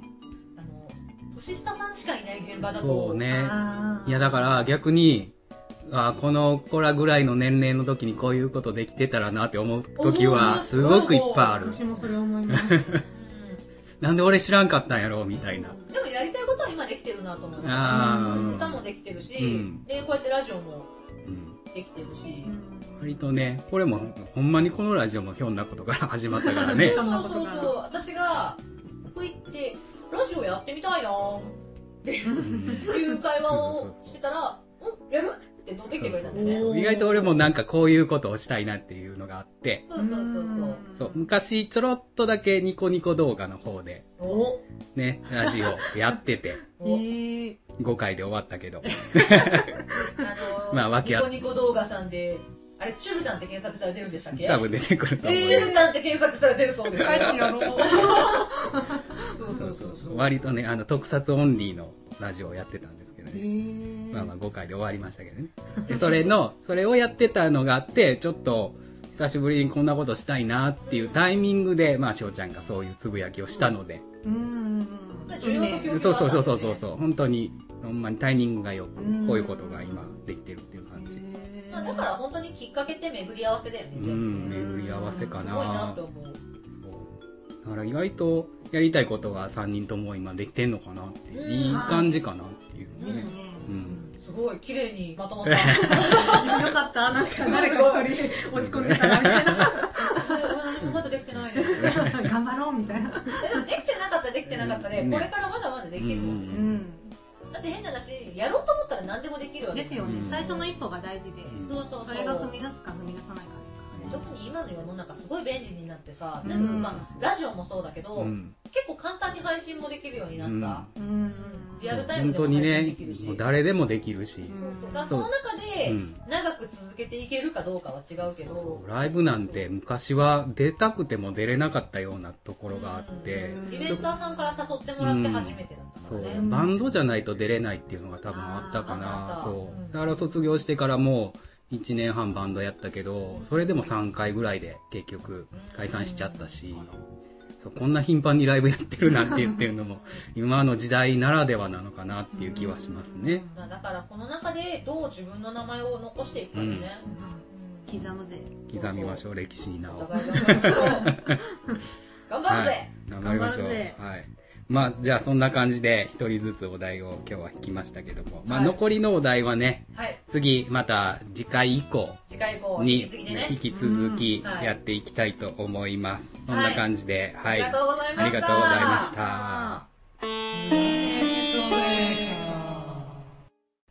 あの年下さんしかいない現場だと
そうね。
あー
いや、だから逆に、あーこの子らぐらいの年齢の時にこういうことできてたらなって思う時
思
は
う
すごくいっぱいある。
私もそれ思います
なんで俺知らんかったんやろうみた
う
い
ん
な。
でもやりたいことは今できてるなと思い
あ
ま
ー
す歌もできてるし、
うん
でこうやってラジオも
うん
できてるし、
割とね、これもほんまにこのラジオもひょんなことから始まったから
そう
ね。
そうそうそう私がこう言ってラジオやってみたいなーっていう会話をしてたら「うんやる?」って乗ってきてくれたんですね
そう意外と俺もなんかこういうことをしたいなっていうのがあって、
そうそうそうそう
そう、昔ちょろっとだけニコニコ動画の方で
お
ね、ラジオやってて、
え
お
ー
5回で終わったけど。
あのー
まあ訳あっ
ニコニコ動画さんで、あれ、チュルタンって検索したら出るんでしたっけ
多分出てくると思う。
えーチュルタンって検索したら出るそうです
帰
よ。
ってやろう
そうそうそうそう。
割とね、あの、特撮オンリーのラジオをやってたんですけど
え
ね。
ー
まあまあ5回で終わりましたけどね。で、それの、それをやってたのがあって、ちょっと、久しぶりにこんなことしたいなっていうタイミングで、まあ、翔ちゃんがそういうつぶやきをしたので。
うんうんうん
需要と供給
そうそうそうそうそうそう。本当に、ほんまにタイミングがよく
うん、
こういうことが今できてるっていう感じ。
えー
まあ、だから本当にきっかけって巡り合わせだよね、
う
全
ん、巡り合わせ
部。
か
す
な。
ごいなと思う。
そうだから意外とやりたいことが3人とも今できてんのかなっていう
うん
いい感じかなっていう、
うん
ですね
うん
すごい、綺麗にまと まった。
よかったなんか誰か一人落ち込んでたらみたいな
まだできてないです。
頑張ろうみたいな
でもできてなかったらできてなかったで、
ね
これからまだまだできるも。
うん
うん
だって変な話、やろうと思ったら何でもできるわけ
ですよね、
うん
最初の一歩が大事で、
うん
そうそうそう。
それが踏み出すか踏み出さないかですか
特に今の世の中すごい便利になってさ、全部、
うん
まあ、ラジオもそうだけど、
うん
結構簡単に配信もできるようになった、
らね
リアルタイム
本
でも
当に
配信で
ね
きるし、
もう誰でもできるし、
そうそうだから
だ
その中
う
で
ん
長く続けていけるかどうかは違うけど
そうライブなんて昔は出たくても出れなかったようなところがあって、
イベンターさんから誘ってもらって初めてだったか
そ
ら
う
ね、
ん
バンドじゃないと出れないっていうのが多分あったか
あーあっ
な
た
そ
うん
うだから卒業してからもう1年半バンドやったけどそれでも3回ぐらいで結局解散しちゃったし、そうこんな頻繁にライブやってるなんて言ってる のも今の時代ならではなのかなっていう気はしますね、
まあ、だからこの中でどう自分の名前を残していくかだね、うん
刻むぜ
刻みましょう歴史に名
お
を
互い頑張りましょう頑張るぜ、
はい、頑張りましょう
頑張るぜ
はいまあじゃあそんな感じで一人ずつお題を今日は引きましたけども、まあ、
はい
残りのお題はね
はい、
次また次回以降
次回以降は引
に
き継ぎでね
引き続き
うんはい
やっていきたいと思います、
はい
そんな感じで
あ
は
り
い、
がとうござい
あ
ま
り
した
がとうございました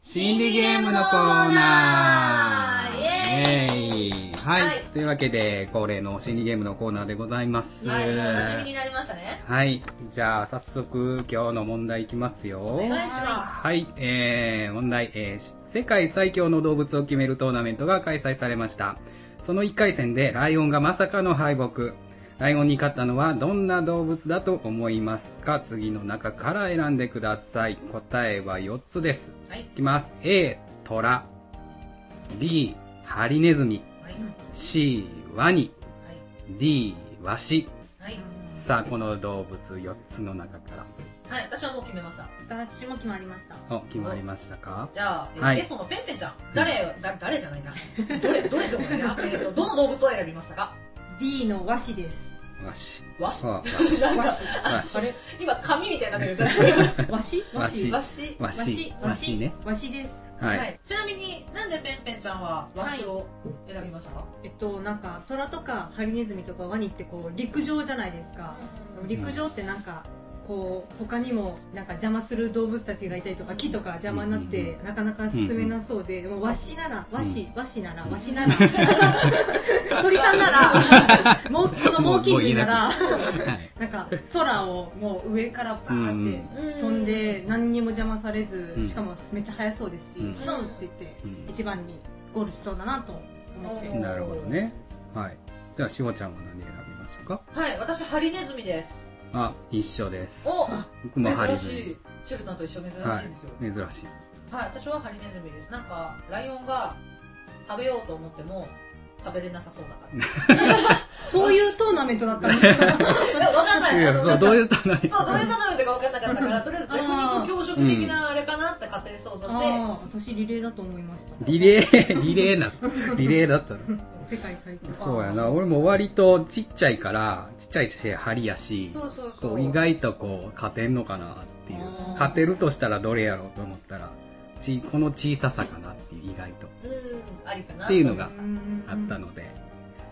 心理ゲームのコーナーイエーイはい、
はい
というわけで恒例の心理ゲームのコーナーでございます
はい、もうお馴染みになりましたね
はいじゃあ早速今日の問題いきますよ
お願いします
はい、えー、問題、えー世界最強の動物を決めるトーナメントが開催されました。その1回戦でライオンがまさかの敗北。ライオンに勝ったのはどんな動物だと思いますか次の中から選んでください。答えは4つです。
はい
いきます。A、トラ。B、ハリネズミ。
はい
C、ワニ。
は
D、ワシ。
はい、
さあ、この動物4つの中か
はい、私はもう決めました
私も決まりました
ら。お、決まりましたか
じゃあ、えー
はい
ゲストのペンペンちゃん誰だ誰じゃないなどれどれでもないな、えー、とどの動物を選びましたか
D の和紙です
わし。
わし
あわし。
なん
和
か
紙
わし
あ。れ
今紙みたいになってる
和紙
和紙
わし
わし。わしね。
和紙です
は、
はいい。
ちなみになんでペンペンちゃんはわしを選びましたか、
えっとなんか虎とかハリネズミとかワニってこう陸上じゃないですか陸上ってなんかこう他にもなんか邪魔する動物たちがいたりとか木とか邪魔になっ
うんう
てなかなか進めなそうで、もうわしならわし、わしなら
うん
わしなら鳥さんなら もうこの猛禽類な
は
ら
い。
なんか空をもう上からバーって
うん
飛んで何にも邪魔されず、
うん
しかもめっちゃ速そうですし、
うん
シュンって言って
うん
一番にゴールしそうだなと思って、
うん
なるほどね。はい。では、しおちゃんは何選びましょうか
はい私ハリネズミです
あ、一緒です。
お
僕もハリ
珍し
ズミ
いシュルタンと一緒珍しいんですよ、
珍しい。
はい、私はハリネズミです。なんか、ライオンが食べようと思っても、食べれなさそうだか
そういうトーナメントだったんですけど
ら。いや、わかんない。
い
あ
や、
の
そ
な
う、
んか
どういうたな い
そう、どういうトーナメントか分かんなかったから、とりあえず弱肉強食的なあれかなって勝手に想像して、
あー私リレーだと思いました
リレー、リレーな、リレーだったの。
世界最高
そうやな、俺も割とちっちゃいから、ちっちゃいし、針やし、
そうそうそ
こ
う。
う意外とこう、勝てんのかなっていう
あー。
勝てるとしたらどれやろうと思ったら、ちこの小ささかなっていう、意外と。
うん、ありかな。
っていう
う
のがあったので。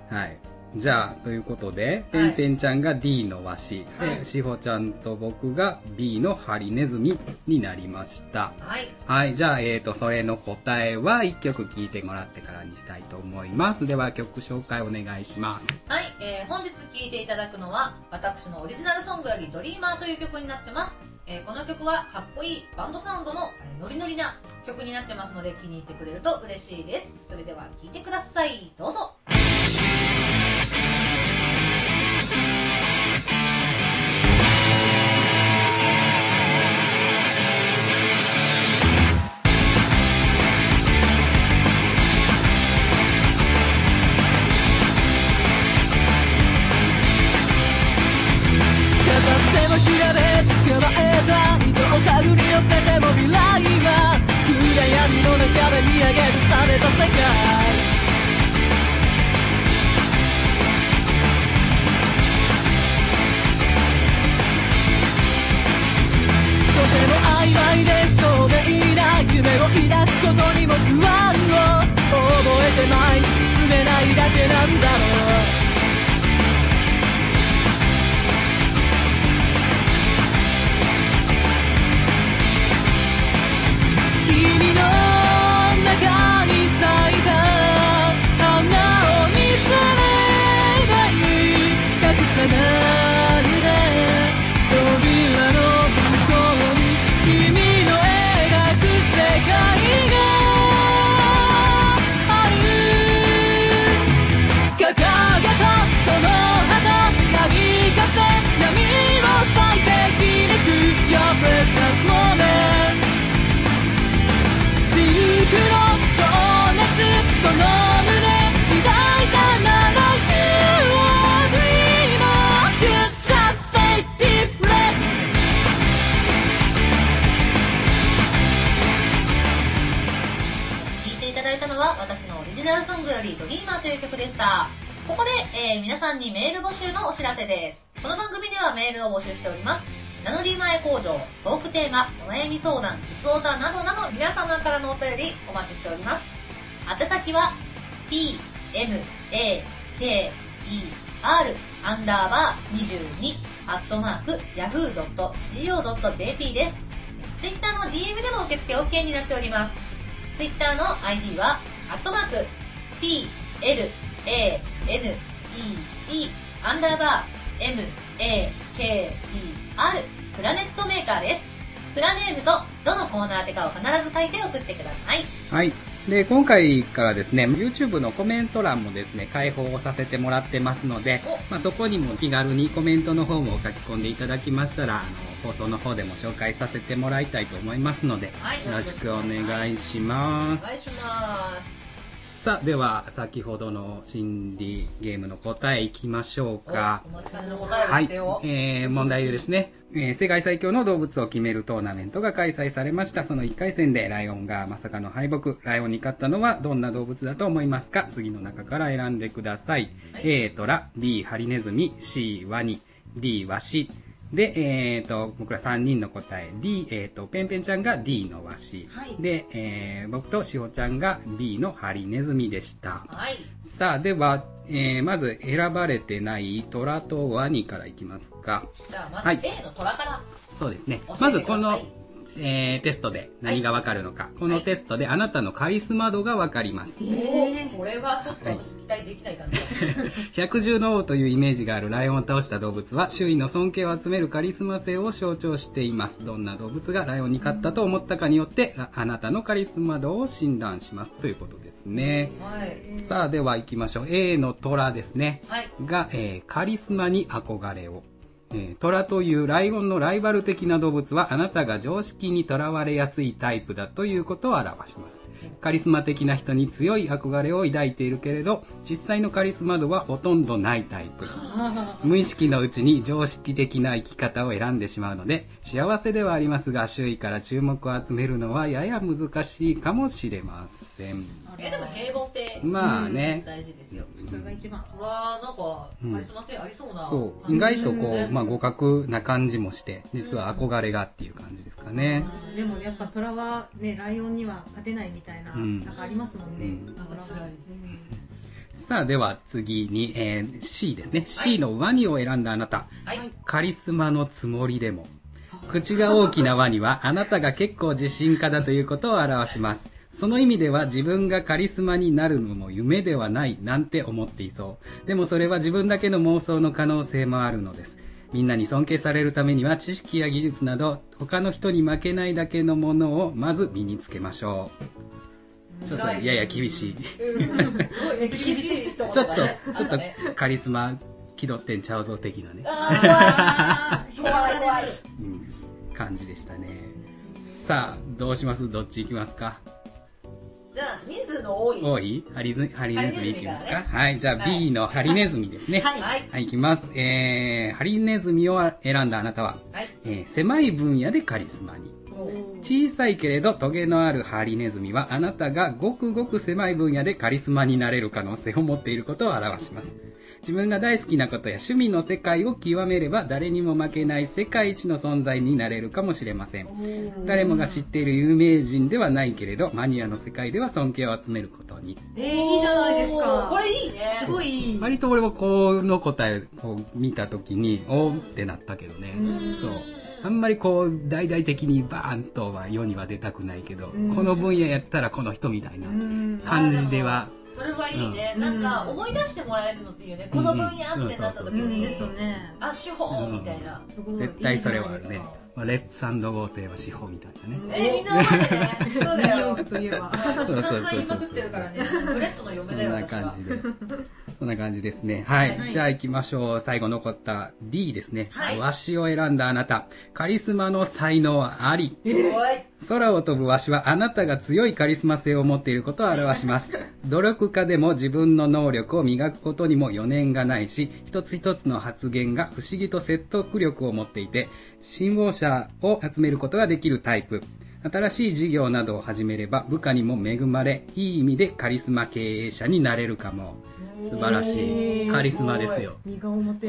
はい。じゃあ、ということで、
は
ペ
い
ンペンちゃんが D の和紙、
はい
で、しほちゃんと僕が B のハリネズミになりました。
はい。
はい、じゃあ、えー、と、それの答えは1曲聴いてもらってからにしたいと思います。では、曲紹介お願いします。
はい、えー本日聴いていただくのは、私のオリジナルソングより、ドリーマーという曲になってます。えーこの曲は、かっこいいバンドサウンドの、えーノリノリな曲になってますので、気に入ってくれると嬉しいです。それでは聴いてください。どうぞ。
かざせばキラで捕まえた糸を手繰り寄せても未来は暗闇の中で見上げる冷めた世界とても曖昧で不透明な夢を抱くことにも不安を覚えて前に進めないだけなんだろう君の中に咲いた花を見せればいい隠さないで扉の向こうに君の描く世界がある掲げたその旗なびかせ波を裂いてきめく Your precious moment シルクの情熱その胸抱いたなら You are dreamer You just say deep breath
聴いていただいたのは私のオリジナルソングより「ドリーマーという曲でしたここで、えー皆さんにメール募集のお知らせですこの番組ではメールを募集しております名乗り前工場トークテーマお悩み相談普通オタなどなど皆様からのお便りお待ちしております宛先は p m a k e r アンダーバー22アットマーク yahoo.co.jp ですツイッターの DM でも受付 OK になっておりますツイッターの ID は、アットマーク、p, l, a, n, e, e, アンダーバー、m, a, k, e, r、プラネットメーカーです。プラネームと、どのコーナーてかを必ず書いて送ってください。
はい。で、今回からですね、YouTube のコメント欄もですね、開放をさせてもらってますので
お、
まあ、そこにも気軽にコメントの方も書き込んでいただきましたら、あの放送の方でも紹介させてもらいたいと思いますので、
はい
よろしくお願いしま
お願いし
す。
ます。
さあ、では、先ほどの心理ゲームの答えいきましょうか
お。待ちかねの答えで
は
す
い
てよ。。
えー、問題ですね、えー世界最強の動物を決めるトーナメントが開催されました。その1回戦でライオンがまさかの敗北。ライオンに勝ったのはどんな動物だと思いますか次の中から選んでください。
はい
A、トラ、B、ハリネズミ、C、ワニ、D、ワシ。で、えー、と、僕ら3人の答え、D、えー、と、ペンペンちゃんが D のワシ。
はい
で、えー僕としほちゃんが B のハリネズミでした。
はい。
さあでは、えーまず選ばれてない虎とワニからいきますか
じゃあ、まず
はい
A の虎から。
そうですね
教えてくださ
ま
い
ずこの、えーテストで何がわかるのか、このテストであなたのカリスマ度がわかります、
おおこれはちょっと私期待できない感じだ。
百獣の王というイメージがあるライオンを倒した動物は周囲の尊敬を集めるカリスマ性を象徴していますどんな動物がライオンに勝ったと思ったかによってああなたのカリスマ度を診断しますということですね
はい。
さあでは行きましょう A の虎ですね
はい。
が、えーカリスマに憧れを。えー、虎というライオンのライバル的な動物はあなたが常識にとらわれやすいタイプだということを表します。カリスマ的な人に強い憧れを抱いているけれど、実際のカリスマ度はほとんどないタイプ。無意識のうちに常識的な生き方を選んでしまうので、幸せではありますが、周囲から注目を集めるのはやや難しいかもしれません。
え、でも平凡って
まあね。
大事ですよ。
普通が一番
これはなんか、カリスマ性ありそうな感
そう
じ
意
ですね、
外とこう、まあ、互角な感じもして実は憧れがっていう感じですかね、
でもやっぱ虎はねライオンには勝てないみたいな、
うん
なんかありますもんね、
うん
なんか
辛い
さあでは次に、えー C ですね C のワニを選んだあなた
はい。
カリスマのつもりでも口が大きなワニはあなたが結構自信家だということを表しますその意味では自分がカリスマになるのも夢ではないなんて思っていそうでもそれは自分だけの妄想の可能性もあるのですみんなに尊敬されるためには知識や技術など他の人に負けないだけのものをまず身につけましょうちょっとやや厳しい
うんすごい、めっちゃ厳しい人
ちょっと、ちょっと
ね、
カリスマ気取ってんちゃうぞ的なね、
あー怖い。怖い怖い。
うん、感じでしたね。さあ、どうしますどっち行きますか
じゃあ、人数の多い。
多いハリズハリネズミ行きます
ハリ
か
ネズミ
はい、じゃあ
はい
B のハリネズミですね。
はい
はい。
はい、行きます。えー、ハリネズミを選んだあなたは、
はい。
えー狭い分野でカリスマに。小さいけれどトゲのあるハリネズミはあなたがごくごく狭い分野でカリスマになれる可能性を持っていることを表します自分が大好きなことや趣味の世界を極めれば誰にも負けない世界一の存在になれるかもしれません誰もが知っている有名人ではないけれどマニアの世界では尊敬を集めることに
えー、いいじゃないですか
おーこれいいね。
すごいいい
割と俺はこの答えを見た時におーってなったけどねそうあんまりこう大々的にバーンとは世には出たくないけど
ん
この分野やったらこの人みたいな
うん
感じでは
それはいいね。
うん
なんか、思い出してもらえるのっていいよね。この分野ってなった時
うん
に
で、すよね
あ、手法みたいな。
すごい
絶対それはある
いいじ
ね
ゃないで
まあレッツゴーといえば司法みたいなね
えーみんな覚えてね。そう
すか
だ
ニューヨ
よ
ー。クといえば
私散々言いまくってるからね。ブレッドの
そ
嫁
ん
だよ、
な
私は
感。じで そんな感じですねはい、
はい
じゃあ行きましょう最後残った D ですね、
はい
わしを選んだあなたカリスマの才能あり
おい。
空を飛ぶわしはあなたが強いカリスマ性を持っていることを表します。努力家でも自分の能力を磨くことにも余念がないし、一つ一つの発言が不思議と説得力を持っていて、信号者を集めることができるタイプ。新しい事業などを始めれば部下にも恵まれ、いい意味でカリスマ経営者になれるかも。素晴らしい。カリスマですよ。
荷が重て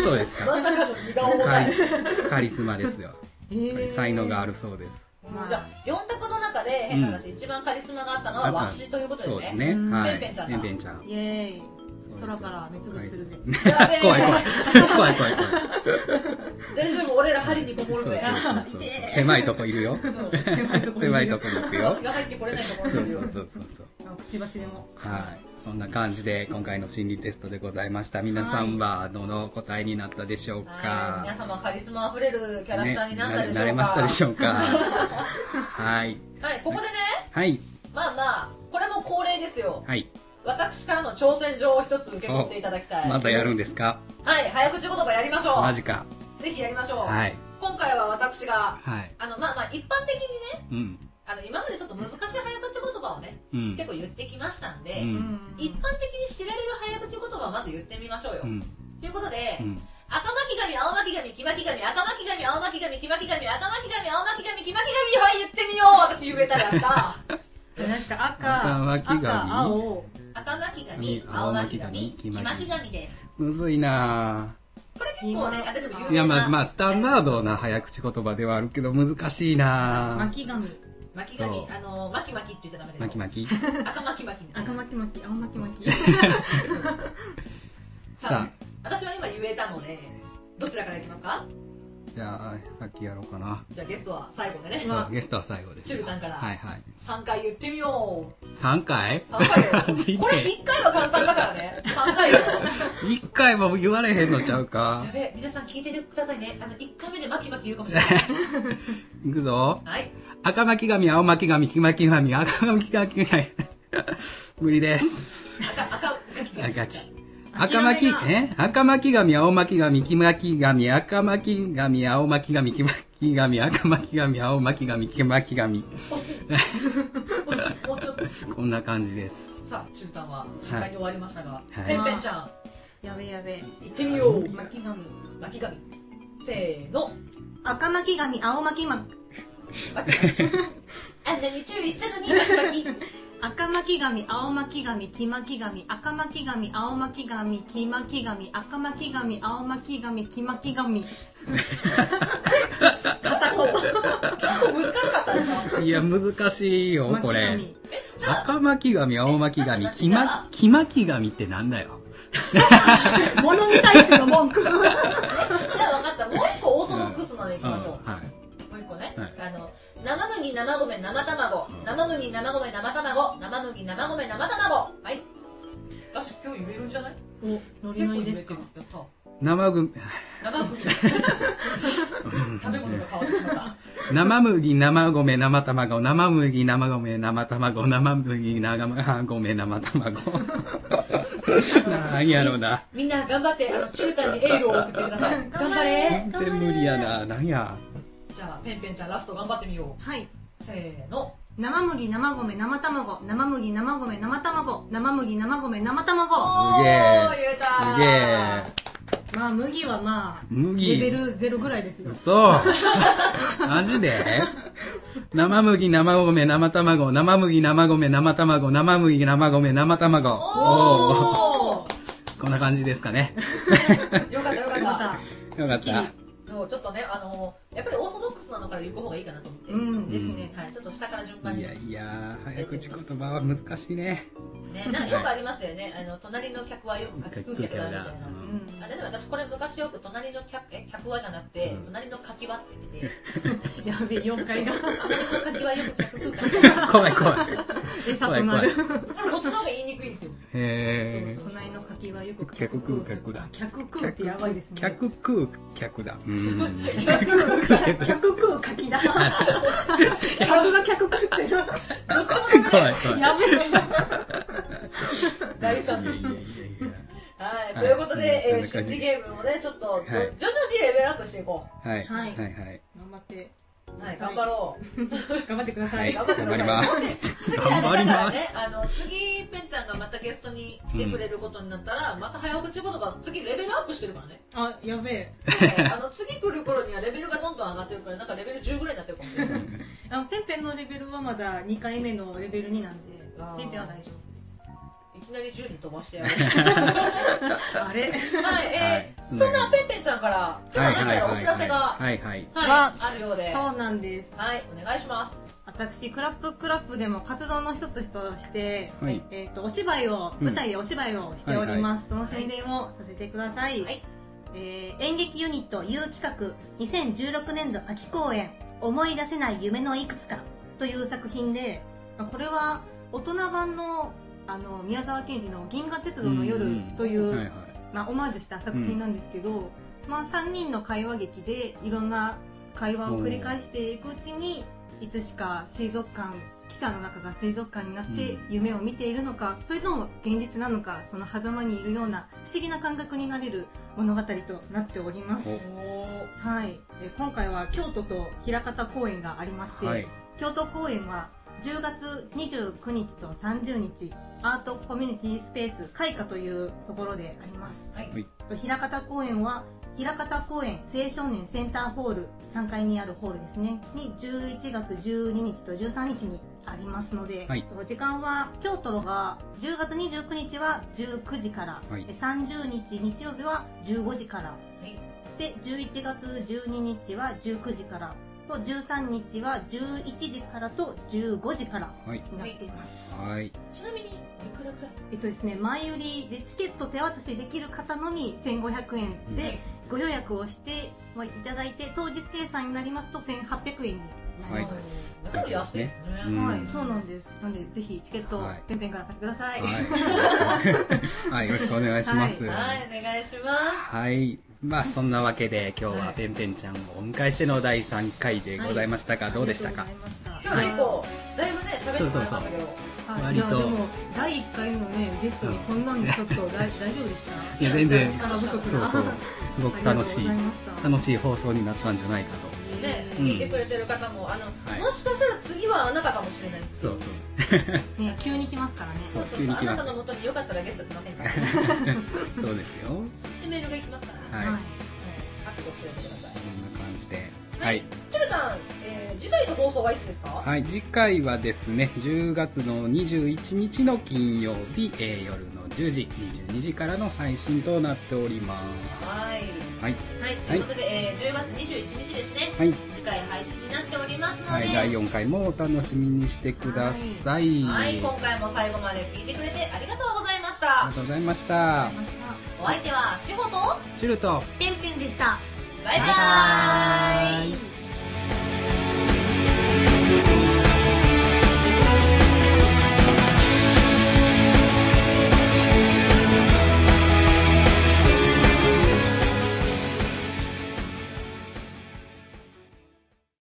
そうですか。
まさかの身が重
カ
たい
リ。カリスマですよ。
えー
才能があるそうです。
まあ
じゃあ、4択の中で変な話、一番カリスマがあったのはわしということです
そう
ね。
だね。
うん
は
ペ
い。
ンペンちゃんだ
ペンペンちゃん
イエーイ
そうです
空から目つぶしするぜ、
やべえ
怖い怖い。怖い怖い怖い。
大丈夫、俺ら針にこも
そう
る
そう
ぜ。
そうそう
痛え
狭いとこいるよ。
狭いところに
狭いとこ行くよ。
わし
そう
が入ってこれないところ
そ
に
う
いるよ。
そうそうそう。
あくちばしでも
はい。そんな感じで今回の心理テストでございました。皆さんはどの答えになったでしょ
は
う
い
か
皆。様カリスマあふれるキャラクターになったでしょうか、
ねなれましたでしょうか。は
は
い。
いここでね
はい。
まあまあこれも恒例ですよ
はい。
私からの挑戦状を一つ受け取っていただきたい
またやるんですか
はい早口言葉やりましょ
マ
う
ジか。
ぜひやりましょう、
はい。
今回は私が
はい。
あのまあまあ一般的にね
うん。
あの今までちょっと難しい早口言葉をね
うん
結構言ってきましたんで、
うん
一般的に知られる早口言葉をまず言ってみましょうよ、
うん
ということで、
うん
赤巻紙青巻紙黄巻紙赤巻紙青巻紙黄巻紙赤巻紙青巻紙黄巻紙はい言ってみよう私言えたらやった
でなんか
頭
赤、
巻き
赤、
紙
青。
赤巻紙青巻紙黄巻紙です
むずいな
これ結構ねあでも有名な
ぁ
い
やまあまあスタンダードな早口言葉ではあるけど難しいなぁ
巻き紙。
巻き紙
そう
あの巻き巻きって言っちゃダメだよ
巻き巻き
赤巻き巻き
赤巻き巻き、青巻き 巻き。
さあ
私は今言えたのでどちらからいきますか
じゃあさっきやろうかな
じゃあゲストは最後でね
うわ
そうゲストは最後です
チュルタンから
はいはい
3回言ってみよう
3回
3回よ
マ ジで
これ1回は簡単だから ね3回よ
1回も言われへんのちゃうか
やべえ皆さん聞いててくださいねあの1回目で巻き巻き言うかもしれない
いくぞ
はい
赤巻紙青巻紙黄巻紙赤巻紙無理です
赤 赤赤
赤き
諦
赤
め
巻
が
え赤巻紙青巻紙黄巻紙赤巻紙青巻紙黄巻紙赤巻紙青巻紙黄巻紙
惜しい惜しいもうちょっと
こんな感じです
さあチュルタンは失敗に終わりましたが、
い
ペンペンちゃん
やべやべ。
行ってみよう
巻き紙。
巻き紙せー の
赤巻き紙、青巻きま、
巻き紙あんなに注意したのに巻き巻き
赤巻き紙、青巻き紙、黄巻き紙、赤巻き紙、青巻き紙、黄巻き紙、赤巻き紙、青巻き紙、黄巻き紙。
結構難しかったですか
いや難しいよ
巻き
これ
紙。
えじゃあ
赤巻紙青巻紙黄巻黄巻紙ってなんだよ
物に対しての文 句。
じゃあ分かったもう一個オーソドックスなのいきましょう、
はい
もう一個ね、
はい
あの生麦生米生卵、
うん
生麦生米生卵生麦生米生卵はい私今日言えるんじゃない
お、ノリノリですか
結構言えてるやっ
生ぐ
た生麦 食べ物が変わってしまった
生麦、生米、生卵、生麦、生米、生卵、生麦、生米、生 卵。 なんやろな。
みんな頑張ってあのチルタンにエールを送ってください頑張れ
全然無理やな。なんや。
じゃあペンペンちゃんラスト頑張ってみよ
はい。
うせーの
生麦、生米、生卵、生麦、生米、生卵、生麦、生米、生卵。
げえ
おー言えた
すげえ。
まあ、麦はまあ、レベ
麦。
ルゼロぐらいですよ。
そう。 マジで生麦、生米、生卵、生麦、生米、生卵、生麦、生米、生卵。おー
おー
こんな感じですかね。
よかったよかっ
ま
た
た、
よかった。
もうちょっとねあのやっぱりオーソドックスなのから行く方がいいかなと思って、
うんですね。
はい、ちょっと下から順番
い
に
や
ね
いや、早口言葉は難しいね。
なんかよくありますよねあの隣の客はよく客客だみたいな、
う
うん
ん
あれでも私これ昔よく隣の客え客はじゃなくて、
うん
隣の柿はって言 ってて
やべえ、4階が
隣の柿はよく客 空間だ
怖い怖い。
餌となる。
でもこっちの方が言いにくいんですよ
へ
そう
隣の柿はよく
客食う客だ
客食う
ー
ってやばいですね。
客食う客だ。うん。
客食う柿だ。客が客食ってる。
どっちもダメだ
怖
よ
い怖い。
やべえ。
大惨事
いやいやい
はいということ
はい
で、え
そん
ー、
な感じ
新ゲームをねちょっと、
い
徐々にレベルアップしていこ
やはい。
は
はいいはい。
頑張って。
うはい頑張ろう
頑張ってくださ。
はいい。
頑張って
頑
く
張
ださ
り
い
ま
もし
す。
次
頑
あれ
張
だ
り
から
ます。
ね、あの次ペンちゃんがまたゲストに来てくれることになったら、また早口言葉次レベルアップしてるからね。
あ、やべえ。
そうねあの次来る頃にはレベルがどんどん上がってるから、なんかレベル10ぐらいになってるかもしれない。
あの、ペンペンのレベルはまだ2回目のレベル2なんで
あー、
ペンペンは大丈
いきなり10に飛ばしてやる。
夫。あ
は
れ
い、えー
はい
そんなペンペンちゃんから、今何やらお知らせが、はい
はいはい。
わ
あるようで、
そうなんです。
はい、お願いします。
私、クラップクラップでも活動の一つとして、
はい。
えー、とお芝居を、
うん
舞台でお芝居をしております、その宣伝をさせてください、
はい
えー演劇ユニット U 企画2016年度秋公演「思い出せない夢のいくつか」という作品で、まあ、これは大人版のあの宮沢賢治の「銀河鉄道の夜
うん」
という、
はいはい。
まあ、オマージュした作品なんですけど、まあ、3人の会話劇でいろんな会話を繰り返していくうちにいつしか水族館記者の中が水族館になって
うん
夢を見ているのか、それとも現実なのかその狭間にいるような不思議な感覚になれる物語となっております、はい、え今回は京都と枚方公演がありまして、
はい。
京都公演は10月29日と30日アートコミュニティスペース開花というところであります
はい
はい
平方公園は平方公園青少年センターホール3階にあるホールですねに11月12日と13日にありますので、
はい
時間は京都が10月29日は19時から、
はい
で30日日曜日は15時から
はい
で11月12日は19時からと13日は11時からと15時から
はい。
になっています、
はい。
ちなみにいくらくらい
えっとですね前売りでチケット手渡しできる方のみ1500円
うん
でご予約をしてまあいただいて当日生産になりますと1800円になります、
でも安いですね、
うん
はい、そうなんですなのでぜひチケットを
はい
ペンペンから買ってください、
はい。はい。よろしくお願いします。
はいお願いしま
はい。まあ、そんなわけで、今日
は
はいペンペンちゃんをお迎えしての第3回でございましたが、どうでしたか
ありがとうございまし
す今日結構だいぶね喋っ
た
てもらいましたけど
はい
割
いやで
と
も第1回のねゲストにこんなんでちょっ と大大丈夫でした
いや、全然、そ
力不足
う
な
そう、すごく楽しい
ありがとうございました、
楽しい放送になったんじゃないかと。
ね、
うん
聞いてくれてる方もあの、
はい
もしかしたら次はあなたかもしれないです
そうそう。
ね急に来ますからね
そうそうそ
急
う
に
あ
来
な
ま
た
す
のもとによかったらゲスト来ませんか
そうですよ。こん
でメールが行きますからね、
はい
うん覚悟しておいてください
な感じで。
は
はいい。
チュルタン、えー、次回の放送はいつですかは
はい、次回はですね、10月の21日の金曜日、えー夜の10時、22時からの配信となっております。
い
はい、
はい、ということで、えー、10月21日ですね
はい、
次回配信になっておりますので、
はい、第4回もお楽しみにしてください。
はい、今回も最後まで聞いてくれてありがとうございまし
あり
た
が。とうございました。
お相手はしほと、
チュルと
ペンペンでした
バイバ
バイバ
ーイ
ーイ